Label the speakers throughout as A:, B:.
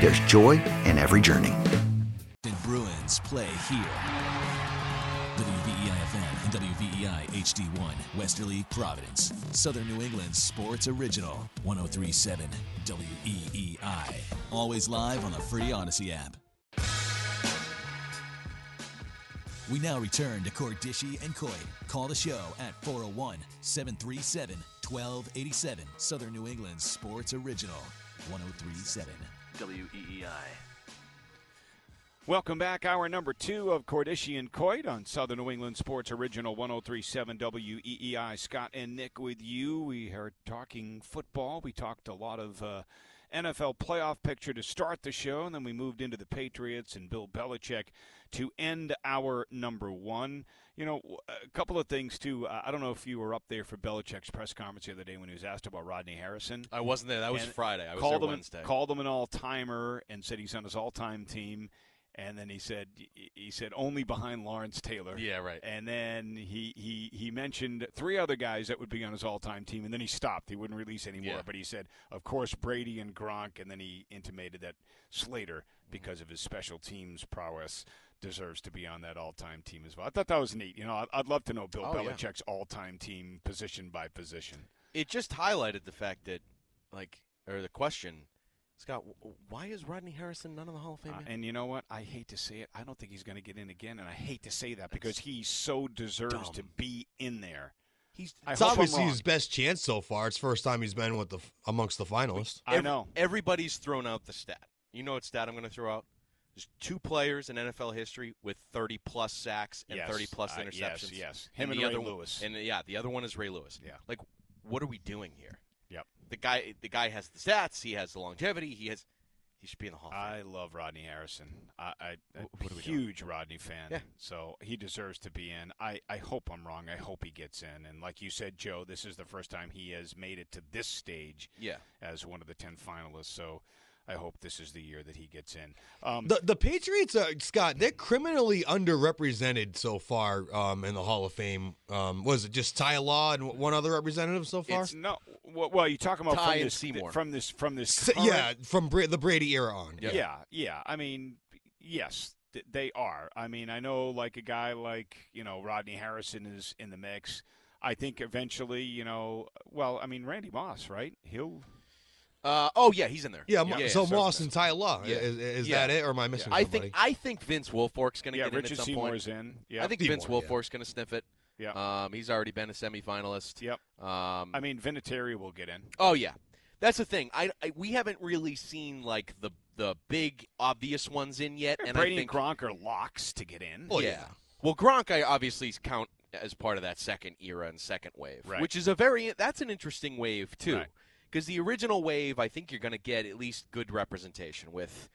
A: there's joy in every journey.
B: and Bruins play here. E WBEI FM and E WBEI HD1, Westerly, Providence. Southern New England sports original, 1037 WEEI. E Always live on the free Odyssey app. We now return to Cordishi and Coit. Call the show at 401 737 1287. Southern New England sports original, 1037 WEEI.
C: Welcome back. Hour number two of Cordishi and Coit on Southern New England Sports Original 1037 WEEI. E Scott and Nick with you. We are talking football. We talked a lot of uh, NFL playoff picture to start the show, and then we moved into the Patriots and Bill Belichick to end our number one. You know, w- a couple of things, too. I I don't know if you were up there for Belichick's press conference the other day when he was asked about Rodney Harrison
D: I wasn't there. That was
C: and
D: Friday. I was
C: called
D: there
C: him,
D: Wednesday.
C: Called him an all timer and said he's on his all time team. And then he said he said only behind Lawrence Taylor.
D: Yeah, right.
C: And then he he he mentioned three other guys that would be on his all time team. And then he stopped. He wouldn't release anymore.
D: Yeah.
C: But he said, of course, Brady and Gronk. And then he intimated that Slater, because of his special teams prowess. Deserves to be on that all-time team as well. I thought that was neat. You know, I'd, I'd love to know Bill
D: Oh, yeah.
C: Belichick's all-time team, position by position.
D: It just highlighted the fact that, like, or the question, Scott, w- w- why is Rodney Harrison not in the Hall of Fame?
C: Uh,
D: yet?
C: and you know what? I hate to say it. I don't think he's going to get in again, and I hate to say that because he so deserves to
D: dumb.
C: be in there.
D: He's
C: I
E: It's
C: hope I'm
E: obviously
C: wrong.
E: his best chance so far. It's the first time he's been with the amongst the finalists.
C: I
D: ev-
C: know.
D: Everybody's thrown out the stat. You know what stat I'm going to throw out? There's two players in NFL history with 30 plus sacks and
C: Yes,
D: 30 plus
C: I- yes,
D: interceptions.
C: yes. Him and
D: the
C: Ray
D: other one-
C: Lewis.
D: And yeah, the other one is Ray Lewis.
C: Yeah.
D: Like, what are we doing here?
C: Yep.
D: The guy, the guy has the stats. He has the longevity. He has. He should be in the Hall. of Fame.
C: I love Rodney Harrison. I, I a
D: Wh- what are we doing?
C: huge Rodney fan.
D: Yeah.
C: So he deserves to be in. I, I hope I'm wrong. I hope he gets in. And like you said, Joe, this is the first time he has made it to this stage
D: Yeah.
C: as one of the ten finalists. So I hope this is the year that he gets in. Um,
E: The the Patriots, uh, Scott, they're criminally underrepresented so far um, in the Hall of Fame. Um, was it just Ty Law and one other representative so far?
C: it's no. Well, well, you talking about
D: Ty
C: from
D: and
C: this,
D: Seymour.
C: from this from this
E: S-
C: current-
E: yeah, from Bra- the Brady era on.
D: Yeah.
C: Yeah, yeah. I mean, yes, th- they are. I mean, I know like a guy like, you know, Rodney Harrison is in the mix. I think eventually, you know, well, I mean, Randy Moss, right? He'll
D: Uh, oh yeah, he's in there.
E: Yeah, Mo- so
D: so-
E: Moss and Ty Law.
D: Yeah.
E: Is, is
D: Yeah.
E: that it, or am I missing
D: I
E: somebody?
D: think I think Vince Wilfork's going to
C: yeah,
D: get in
C: Richard
D: at some
C: Seymour
D: point.
C: is in. Yeah.
D: I think
E: Seymour,
D: Vince
E: yeah.
D: Wilfork's going to sniff it.
C: yeah.
D: Um, he's already been a semifinalist.
C: Yep.
D: Um,
C: I mean, Vinatieri will get in.
D: oh yeah, that's the thing. I, I we haven't really seen like the the big obvious ones in yet, and
C: Brady
D: I think
C: and Gronk are locks to get in.
E: Well,
D: yeah.
E: yeah.
D: Well, Gronk, I obviously count as part of that second era and second wave,
C: Right.
D: which is a very that's an interesting wave too,
C: Right.
D: because the original wave, I think you're going to get at least good representation with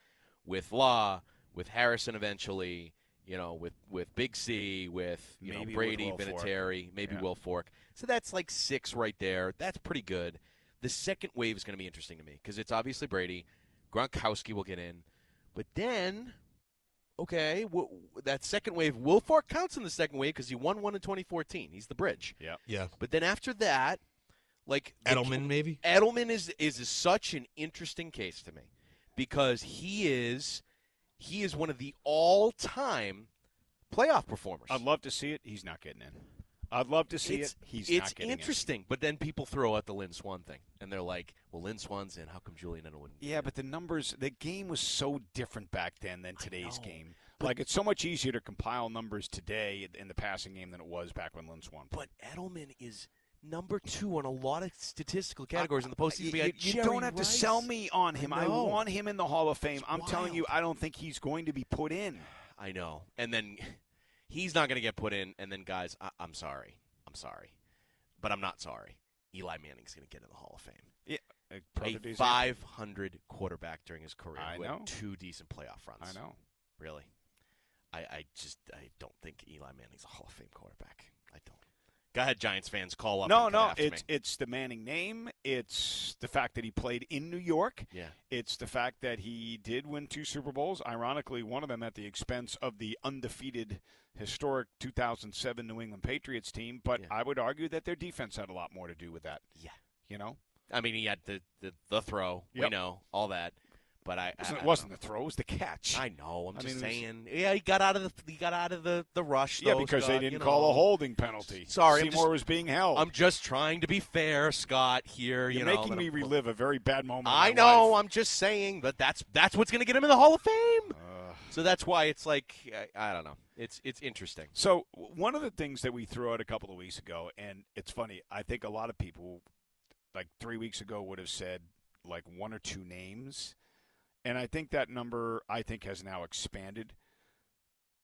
D: with Law, with Harrison eventually, you know, with with Big C, with you
C: Maybe
D: know
C: with
D: Brady,
C: Will Fork.
D: Vinatieri, maybe
C: Yeah.
D: Will Fork. So that's like six right there. That's pretty good. The second wave is going to be interesting to me because it's obviously Brady, Gronkowski will get in, but then okay, w- that second wave, Wilfork counts in the second wave because he won one in 2014. He's the bridge.
C: Yep.
E: Yeah.
D: But then after that, like the-
E: Edelman, maybe?
D: Edelman is is such an interesting case to me because he is he is one of the all time playoff performers.
C: I'd love to see it. He's not getting in. I'd love to see it. He's
D: it's
C: not getting
D: interesting, but then people throw out the Lynn Swan thing, and they're like, "Well, Lynn Swan's in. How come Julian Edelman?"
C: in. Yeah, but the numbers, the game was so different back then than today's game. Like it's so much easier to compile numbers today in the passing game than it was back when Lynn Swan played.
D: but Edelman is number two on a lot of statistical categories in the postseason.
C: You-
D: behind
C: you, you
D: Jerry
C: don't have to
D: Rice.
C: sell me on
D: I
C: him. I,
D: know.
C: want him in the Hall of Fame.
D: It's
C: I'm telling you,
D: wild.
C: I don't think he's going to be put in.
D: I know. And then he's not going to get put in. And then, guys, I- I'm sorry. I'm sorry. But I'm not sorry. Eli Manning's going to get in the Hall of Fame.
C: Yeah, uh, a perfect
D: a
C: example.
D: 500 quarterback during his career.
C: I
D: who had
C: know.
D: two decent playoff runs.
C: I know.
D: Really. I, I just I don't think Eli Manning's a Hall of Fame quarterback. I don't. Go ahead, Giants fans. Call up.
C: No,
D: and come
C: no,
D: after
C: it's
D: me.
C: it's the Manning name. It's the fact that he played in New York.
D: Yeah.
C: It's the fact that he did win two Super Bowls. Ironically, one of them at the expense of the undefeated, historic 2007 New England Patriots team. But
D: Yeah.
C: I would argue that their defense had a lot more to do with that.
D: Yeah.
C: You know,
D: I mean, he had the, the, the throw. We
C: Yep. know,
D: know all that. But I
C: it wasn't,
D: I,
C: it wasn't the throw; it was the catch.
D: I know. I'm
C: I mean,
D: just
C: it
D: saying. Yeah, he got out of the he got out of the the rush.
C: yeah,
D: though,
C: because they
D: Scott,
C: didn't
D: you
C: call
D: know.
C: a holding penalty.
D: Sorry, I'm
C: Seymour
D: just-
C: was being held.
D: I'm just trying to be fair, Scott. Here,
C: You're
D: you know,
C: making
D: that
C: me
D: I'm-
C: relive a very bad moment. of
D: I
C: my
D: know.
C: life.
D: I'm just saying that that's that's what's going to get him in the Hall of Fame.
C: Ugh.
D: So that's why it's like I, I don't know. It's it's interesting.
C: So w- one of the things that we threw out a couple of weeks ago, and it's funny, I think a lot of people, like three weeks ago, would have said like one or two names, and I think that number I think has now expanded.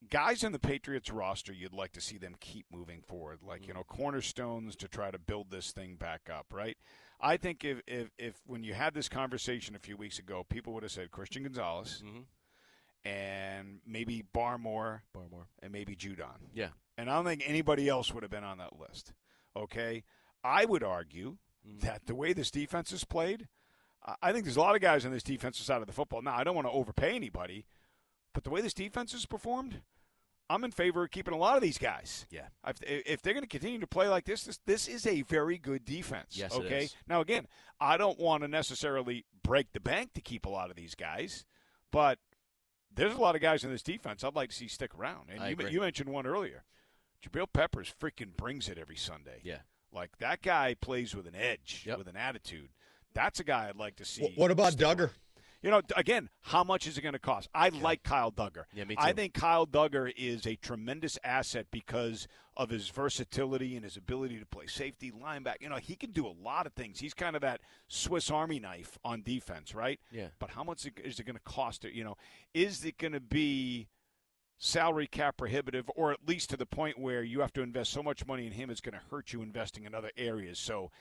C: Guys in the Patriots roster, you'd like to see them keep moving forward, like you know cornerstones to try to build this thing back up, right? I think if if, if when you had this conversation a few weeks ago, people would have said Christian Gonzalez
D: Mm-hmm.
C: and maybe Barmore
D: Barmore.
C: and maybe Judon
D: Yeah.
C: and I don't think anybody else would have been on that list. Okay, I would argue
D: Mhm.
C: that the way this defense is played, I- I think there's a lot of guys on this defensive side of the football. Now, I don't want to overpay anybody, but the way this defense is performed, I'm in favor of keeping a lot of these guys.
D: Yeah.
C: If, if they're going to continue to play like this, this, this is a very good defense.
D: Yes, it
C: okay.
D: is.
C: Now, again, I don't want to necessarily break the bank to keep a lot of these guys, but there's a lot of guys in this defense I'd like to see stick around. And
D: I
C: you, men-
D: agree.
C: you mentioned one earlier. Jabril Peppers freaking brings it every Sunday.
D: Yeah.
C: Like that guy plays with an edge,
D: Yep.
C: with an attitude. That's a guy I'd like to see.
E: Wh- What about
C: stick
E: Duggar?
C: around. You know, d- again, how much is it going to cost? I like Kyle Duggar.
D: Yeah, me
C: I
D: too.
C: think Kyle Duggar is a tremendous asset because of his versatility and his ability to play safety, linebacker. You know, he can do a lot of things. He's kind of that Swiss Army knife on defense, right?
D: Yeah.
C: But how much is it going to cost? It You know, is it going to be salary cap prohibitive, or at least to the point where you have to invest so much money in him, it's going to hurt you investing in other areas. So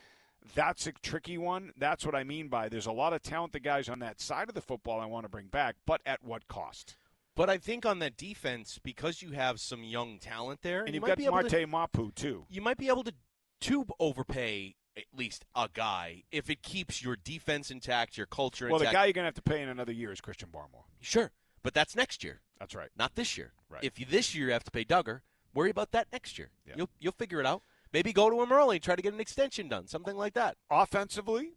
C: that's a tricky one. That's what I mean by there's a lot of talented guys on that side of the football I want to bring back, but at what cost?
D: But I think on that defense, because you have some young talent there,
C: And
D: you
C: you've
D: might
C: got
D: be able
C: Marte
D: to,
C: Mapu too.
D: you might be able to to overpay at least a guy if it keeps your defense intact, your culture
C: Well, the
D: intact.
C: guy you're going to have to pay in another year is Christian Barmore.
D: sure, but that's next year.
C: That's right.
D: not this year.
C: Right.
D: If you this year have to pay Duggar, worry about that next year.
C: Yeah.
D: You'll you'll figure it out. Maybe go to him early, try to get an extension done, something like that.
C: Offensively,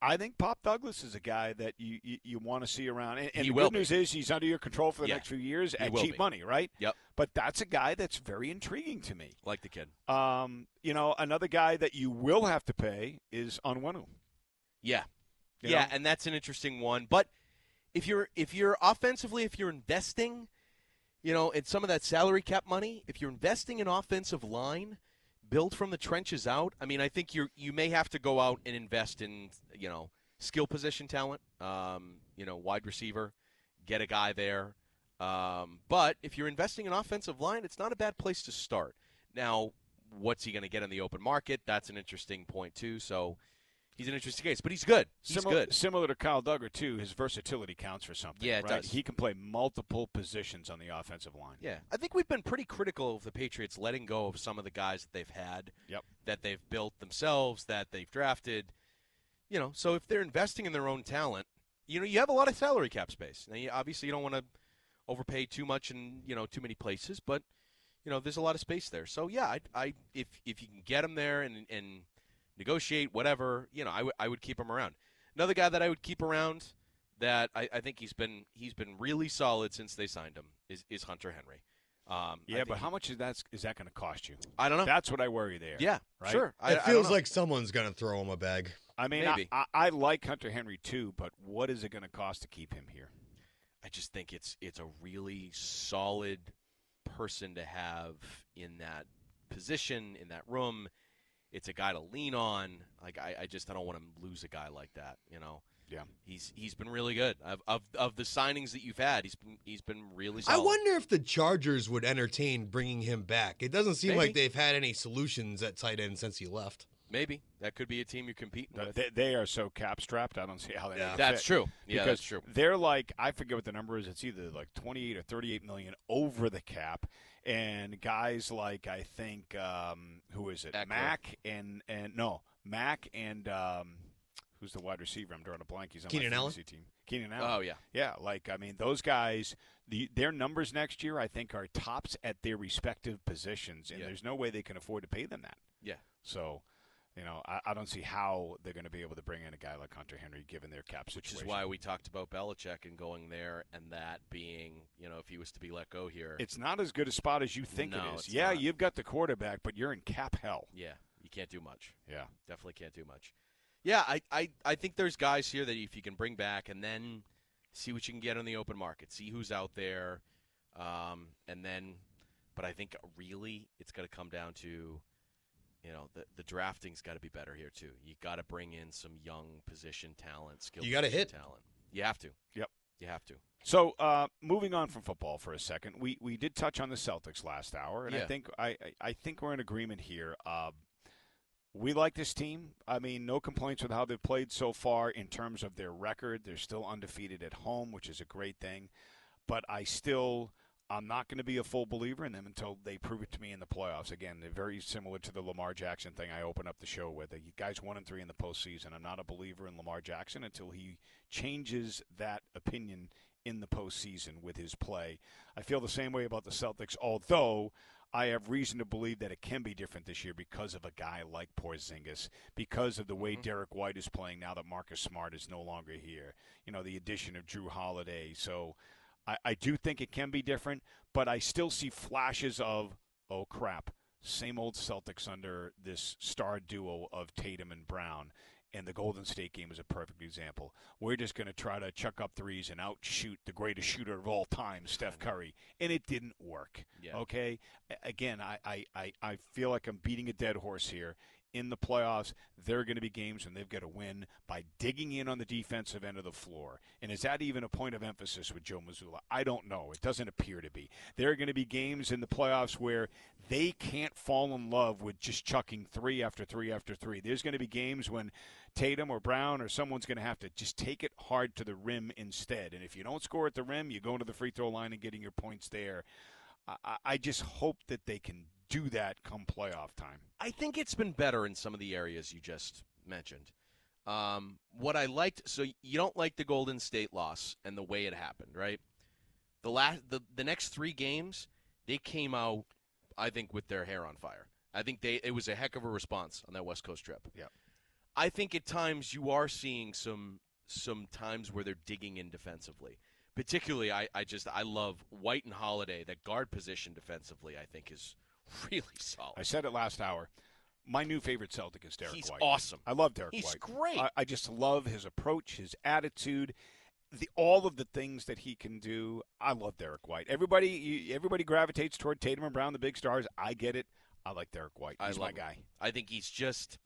C: I think Pop Douglas is a guy that you you, you want to see around. And, and
D: He
C: the
D: will
C: good
D: be.
C: news is he's under your control for the
D: Yeah.
C: next few years
D: He
C: at
D: will
C: cheap
D: be.
C: money, right?
D: Yep.
C: But that's a guy that's very intriguing to me.
D: Like the kid.
C: Um, you know, another guy that you will have to pay is Onwenu.
D: Yeah.
C: You
D: yeah,
C: know?
D: and that's an interesting one. But if you're if you're offensively, if you're investing, you know, in some of that salary cap money, if you're investing in offensive line, build from the trenches out. I mean, I think you you may have to go out and invest in you know skill position talent, um, you know, wide receiver, get a guy there. Um, but if you're investing in offensive line, it's not a bad place to start. Now, what's he going to get in the open market? That's an interesting point too. So. He's an interesting case, but he's good. He's
C: Simil-
D: good.
C: Similar to Kyle Duggar too, his versatility counts for something.
D: Yeah, it
C: right?
D: does.
C: He can play multiple positions on the offensive line.
D: Yeah, I think we've been pretty critical of the Patriots letting go of some of the guys that they've had,
C: Yep.
D: that they've built themselves, that they've drafted. You know, so if they're investing in their own talent, you know, you have a lot of salary cap space. Now, you, obviously, you don't want to overpay too much in you know too many places, but you know there's a lot of space there. So yeah, I, I if if you can get him there and and negotiate whatever, you know, I would I would keep him around. Another guy that I would keep around that I, I think he's been he's been really solid since they signed him is, is Hunter Henry. Um, I
C: Yeah, but
D: think
C: how
D: he-
C: much is that is that going to cost you?
D: I don't know.
C: That's what I worry there.
D: yeah,
C: right?
D: sure. I,
E: it
D: I don't
E: feels
D: know.
E: like someone's gonna throw him a bag.
C: I mean, I-
D: Maybe.
C: I, I like Hunter Henry too, but what is it going to cost to keep him here?
D: I just think it's it's a really solid person to have in that position in that room. It's a guy to lean on. Like I, I just I don't want to lose a guy like that. You know.
C: Yeah.
D: He's he's been really good. Of of, of the signings that you've had, he's been he's been really
E: I
D: solid.
E: wonder if the Chargers would entertain bringing him back. It doesn't seem like
D: Maybe.
E: they've had any solutions at tight end since he left.
D: Maybe that could be a team you're competing
C: Th-
D: with.
C: They, they are so cap strapped. I don't see how they.
E: Yeah.
C: can
D: That's
C: fit.
D: true. Yeah,
C: because
D: that's true.
C: They're like I forget what the number is. It's either like twenty eight or thirty eight million over the cap, and guys like I think um, who is it?
D: Eckler.
C: Mac and and no Mac and um, who's the wide receiver? I'm drawing a blank. He's on
E: Keenan
C: my
E: Allen?
C: fantasy team. Keenan Allen.
D: Oh yeah.
C: Yeah, like I mean, those guys, the, their numbers next year, I think, are tops at their respective positions, and
D: Yeah.
C: there's no way they can afford to pay them that.
D: Yeah.
C: So, you know, I, I don't see how they're going to be able to bring in a guy like Hunter Henry given their cap
D: Which
C: situation.
D: is why we talked about Belichick and going there, and that being, you know, if he was to be let go here,
C: it's not as good a spot as you think
D: No,
C: it is.
D: it's
C: Yeah,
D: not.
C: you've got the quarterback, but you're in cap hell.
D: yeah, you can't do much.
C: Yeah.
D: definitely can't do much. Yeah, I, I, I think there's guys here that if you can bring back and then see what you can get on the open market, see who's out there, um, and then, but I think really it's going to come down to, you know, the, the drafting's got to be better here too. You got to bring in some young position talent, skill.
E: You gotta
D: position
E: hit.
D: talent. You have to.
C: Yep.
D: You have to.
C: So, uh, moving on from football for a second, we, we did touch on the Celtics last hour, and I
D: Yeah.
C: think I, I- I think we're in agreement here. Um, we like this team. I mean, no complaints with how they've played so far in terms of their record. They're still undefeated at home, which is a great thing. But I still, I'm not going to be a full believer in them until they prove it to me in the playoffs. Again, they're very similar to the Lamar Jackson thing I opened up the show with. You guys one and three in the postseason. I'm not a believer in Lamar Jackson until he changes that opinion in the postseason with his play. I feel the same way about the Celtics, although I have reason to believe that it can be different this year because of a guy like Porzingis, because of the way Derek White is playing now that Marcus Smart is no longer here. You know, the addition of Drew Holiday. So I, I do think it can be different, but I still see flashes of, oh crap, same old Celtics under this star duo of Tatum and Brown. And the Golden State game is a perfect example. We're just going to try to chuck up threes and outshoot the greatest shooter of all time, Steph Curry. And it didn't work.
D: Yeah.
C: Okay. A- Again, I, I, I, I feel like I'm beating a dead horse here. In the playoffs, there are going to be games and they've got to win by digging in on the defensive end of the floor. And is that even a point of emphasis with Joe Missoula? I don't know. It doesn't appear to be. There are going to be games in the playoffs where they can't fall in love with just chucking three after three after three. There's going to be games when Tatum or Brown or someone's going to have to just take it hard to the rim instead. And if you don't score at the rim, you go to the free throw line and getting your points there. I- I, I just hope that they can do that come playoff time.
D: I think it's been better in some of the areas you just mentioned. Um, what I liked, so you don't like the Golden State loss and the way it happened, right? The last, the, the next three games, they came out, I think, with their hair on fire. I think they it was a heck of a response on that West Coast trip.
C: Yep.
D: I think at times you are seeing some some times where they're digging in defensively. Particularly, I, I just I love White and Holiday. That guard position defensively, I think, is really solid.
C: I said it last hour. My new favorite Celtic is Derek
D: He's
C: White.
D: awesome.
C: I love Derek
D: He's
C: White.
D: great.
C: I, I just love his approach, his attitude, the all of the things that he can do. I love Derek White. Everybody, you, everybody gravitates toward Tatum and Brown, the big stars. I get it. I like Derek White.
D: I
C: He's my
D: love him.
C: guy.
D: I think he's just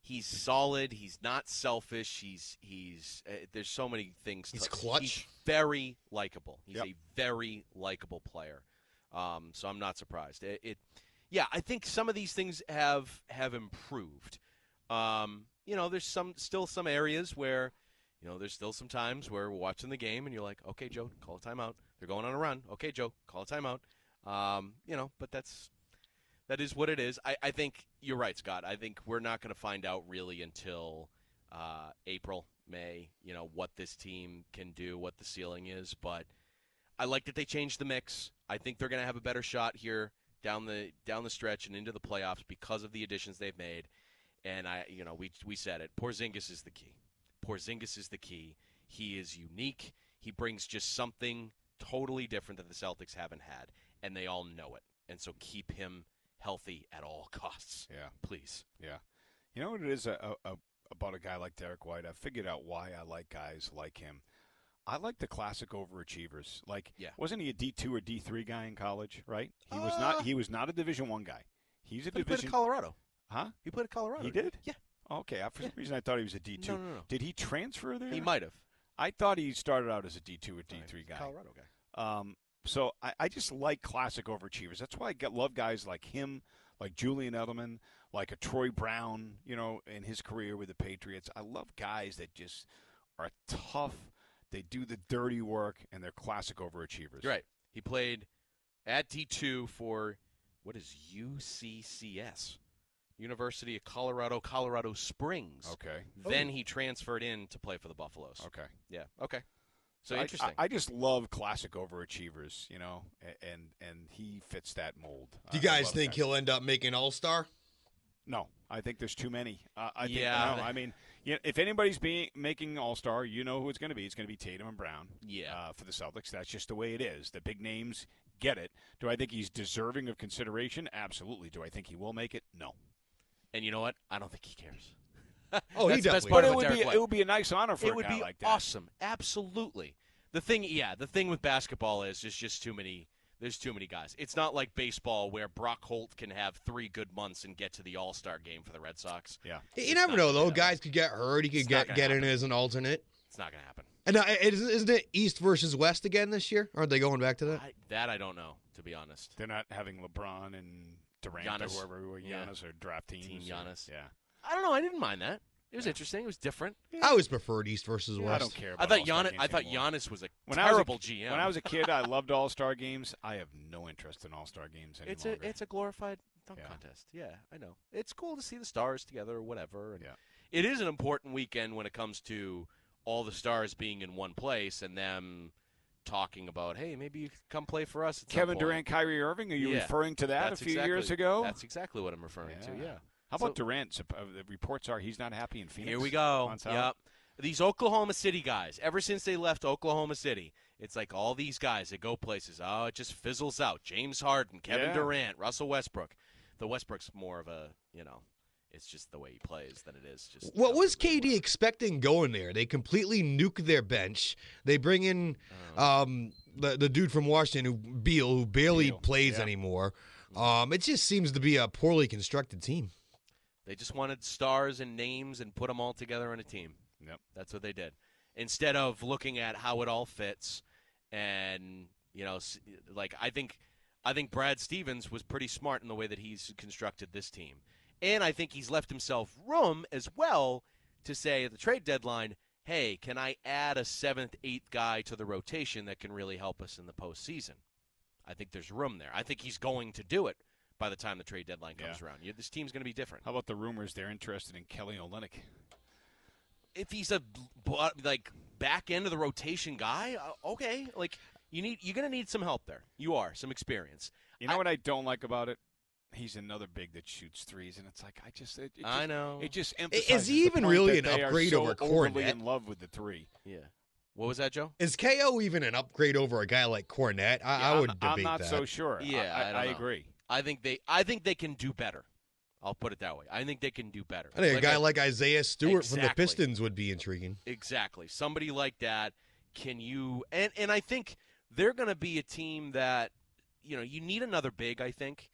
D: he's solid. He's not selfish. He's he's uh, there's so many things.
E: He's
D: to-
E: clutch.
D: He's very likable. He's
C: Yep.
D: a very likable player. Um, so I'm not surprised. It, it, yeah, I think some of these things have have improved. Um, you know, there's some still some areas where. You know, there's still some times where we're watching the game and you're like, okay, Joe, call a timeout. They're going on a run. Okay, Joe, call a timeout. Um, you know, but that's that is what it is. I, I think you're right, Scott. I think we're not going to find out really until uh, April, May. You know what this team can do, what the ceiling is. But I like that they changed the mix. I think they're going to have a better shot here down the down the stretch and into the playoffs because of the additions they've made. And I, you know, we we said it. Porzingis is the key. Porzingis is the key. He is unique. He brings just something totally different that the Celtics haven't had, and they all know it. And so keep him healthy at all costs.
C: Yeah.
D: please.
C: Yeah. You know what it is a, a, about a guy like Derek White? I figured out why I like guys like him. I like the classic overachievers. Like,
D: Yeah.
C: wasn't he a D two or D three guy in college? Right? He was not. He was not a Division one guy. He's a
D: Uh. But he played
C: Division.
D: at Colorado.
C: huh?
D: He played at Colorado.
C: He did?
D: Yeah,
C: Okay. I, for some reason, I thought he was a D two.
D: No, no, no.
C: Did he transfer there?
D: he might have.
C: I thought he started out as a D two or D three guy.
D: Colorado guy.
C: Um, so I, I just like classic overachievers. That's why I get, love guys like him, like Julian Edelman, like a Troy Brown, you know, in his career with the Patriots. I love guys that just are tough. They do the dirty work, and they're classic overachievers.
D: You're right. He played at D2 for what is UCCS? University of Colorado, Colorado Springs.
C: Okay.
D: Then he transferred in to play for the Buffaloes.
C: Okay.
D: Yeah. Okay. So
C: I-
D: interesting.
C: I, I just love classic overachievers, you know, a- and and he fits that mold. I-
E: Do you
C: I
E: guys
C: love
E: think
C: guys-
E: he'll end up making All Star?
C: No, I think there's too many. Uh, I think,
D: Yeah.
C: no, I mean, you know, if anybody's being making All Star, you know who it's going to be. It's going to be Tatum and Brown.
D: Yeah.
C: uh, for the Celtics, that's just the way it is. The big names get it. Do I think he's deserving of consideration? Absolutely. Do I think he will make it? No.
D: and you know what? I don't think he cares.
E: Oh, he
D: That's the best
E: definitely
D: part
E: doesn't.
D: about
C: would be
D: Derek White.
C: it would be a nice honor for
D: it
C: a
D: would
C: guy
D: be
C: like that.
D: awesome. Absolutely. The thing, yeah, the thing with basketball is there's just too many. There's too many guys. It's not like baseball where Brock Holt can have three good months and get to the All Star game for the Red Sox.
C: Yeah.
E: You
D: It's
E: never
D: not
E: know
D: gonna
E: though.
D: happen.
E: Guys could get hurt. He could
D: It's not gonna
E: get get in as an alternate.
D: It's not going to happen.
E: And uh, it- isn't it East versus West again this year? Aren't they going back to that?
D: I, that I don't know, to be honest.
C: They're not having LeBron and Durant
D: Giannis.
C: or whoever we
D: Yeah.
C: Giannis or draft teams.
D: Team
C: or-
D: Giannis.
C: Yeah.
D: I don't know. I didn't mind that. It was interesting. It was different.
E: I always preferred East versus West.
C: I don't care.
D: I
C: About
D: thought
C: All-Star
D: Giannis.
C: games
D: I thought
C: anymore.
D: Giannis was a
C: I was a-
D: terrible GM.
C: When I was a kid, I loved All Star games. I have no interest in All Star games anymore.
D: it's a it's a glorified dunk
C: Yeah.
D: contest. Yeah, I know. It's cool to see the stars together or whatever. And
C: Yeah.
D: It is an important weekend when it comes to all the stars being in one place and them talking about, hey, maybe you could come play for us. At some
C: Kevin
D: point."
C: Durant, Kyrie Irving. Are you
D: Yeah.
C: referring to that
D: That's
C: a few
D: exactly-
C: years ago?
D: That's exactly what I'm referring to. Yeah.
C: How
D: So-
C: about Durant? Supp- uh, The reports are he's not happy in Phoenix.
D: Here we go.
C: Months out.
D: Yep. These Oklahoma City guys, ever since they left Oklahoma City, it's like all these guys that go places. Oh, it just fizzles out. James Harden, Kevin
C: Yeah.
D: Durant, Russell Westbrook. The Westbrook's more of a, you know, it's just the way he plays than it is just.
E: What
D: how
E: was
D: he really
E: KD
D: works.
E: expecting going there? They completely nuke their bench. They bring in um, the, the dude from Washington, who Beal, who barely
C: Beal,
E: plays
C: yeah.
E: anymore. Um, it just seems to be a poorly constructed team.
D: They just wanted stars and names and put them all together on a team.
C: Yep.
D: That's what they did. Instead of looking at how it all fits, and you know, s- like I think, I think Brad Stevens was pretty smart in the way that he's constructed this team, and I think he's left himself room as well to say at the trade deadline, "Hey, can I add a seventh, eighth guy to the rotation that can really help us in the postseason?" I think there's room there. I think he's going to do it by the time the trade deadline comes
C: Yeah.
D: around. You, this team's going to be different.
C: How about the rumors they're interested in Kelly Olynyk?
D: if he's a b- b- like back end of the rotation guy, uh, okay, like you need you're gonna need some help there. You are some experience.
C: You know
D: I-
C: what I don't like about it? He's another big that shoots threes, and it's like I just, it, it
D: I
C: just-
D: know.
C: it just
E: is
C: emphasizes.
E: he
C: the
E: even
C: point
E: really
C: that
E: an
C: they are
E: upgrade
C: so
E: over
C: overly
E: Cornet?
C: in love with the three?
D: Yeah. What was that, Joe?
E: Is KO even an upgrade over a guy like Cornette? I, I
C: Yeah,
E: would
C: I'm,
E: debate
C: I'm not
E: that.
C: so sure. I-
D: Yeah,
C: I,
D: I don't
C: I
D: know.
C: agree.
D: I think they I think they can do better. I'll put it that way. I think they can do better.
E: I think a guy
D: I-
E: like Isaiah Stewart from the
D: Exactly.
E: Pistons would be intriguing.
D: Exactly. Somebody like that. Can you and and I think they're going to be a team that you know you need another big. I think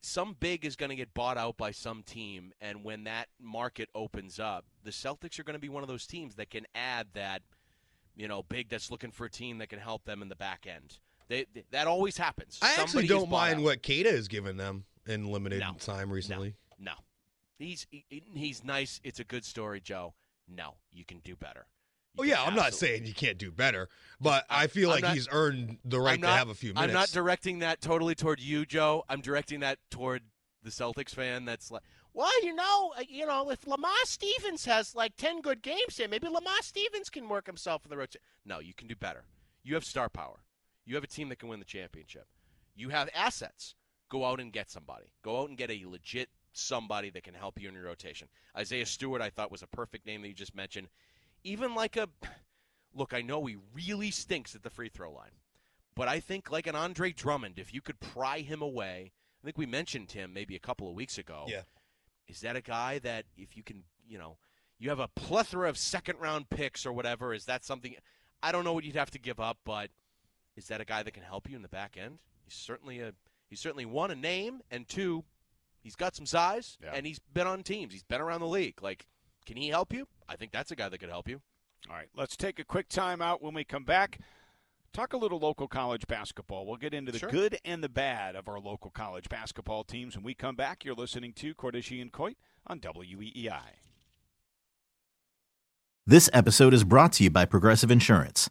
D: some big is going to get bought out by some team, and when that market opens up, the Celtics are going to be one of those teams that can add that you know big that's looking for a team that can help them in the back end. They, they- that always happens.
E: I
D: Somebody
E: actually
D: is
E: don't
D: bought
E: mind
D: out.
E: what Kata has given them in limited
D: No.
E: time recently.
D: No. He's he- he's nice. It's a good story, Joe. No, you can do better. You
E: Oh
D: can
E: yeah, I'm not
D: absolutely-
E: saying you can't do better, but I feel
D: I'm
E: like
D: not-
E: he's earned the right
D: I'm not,
E: to have a few minutes.
D: I'm not directing that totally toward you, Joe. I'm directing that toward the Celtics fan. That's like, well, you know, uh, you know, if Lamar Stevens has like ten good games here, maybe Lamar Stevens can work himself in the rotation. No, you can do better. You have star power. You have a team that can win the championship. You have assets. Go out and get somebody. Go out and get a legit somebody that can help you in your rotation. Isaiah Stewart, I thought, was a perfect name that you just mentioned. Even like a look, I know he really stinks at the free throw line, but I think like an Andre Drummond, if you could pry him away, I think we mentioned him maybe a couple of weeks ago.
E: Yeah.
D: Is that a guy that if you can, you know, you have a plethora of second round picks or whatever, is that something I don't know what you'd have to give up, but is that a guy that can help you in the back end? He's certainly a he's certainly one a name and two he's got some size
C: Yeah.
D: and he's been on teams. He's been around the league. Like can he help you? I think that's a guy that could help you.
C: All right, let's take a quick time out when we come back. Talk a little local college basketball. We'll get into the
D: Sure.
C: good and the bad of our local college basketball teams. When we come back, you're listening to Cordishi and Coit on E WEEI.
F: This episode is brought to you by Progressive Insurance.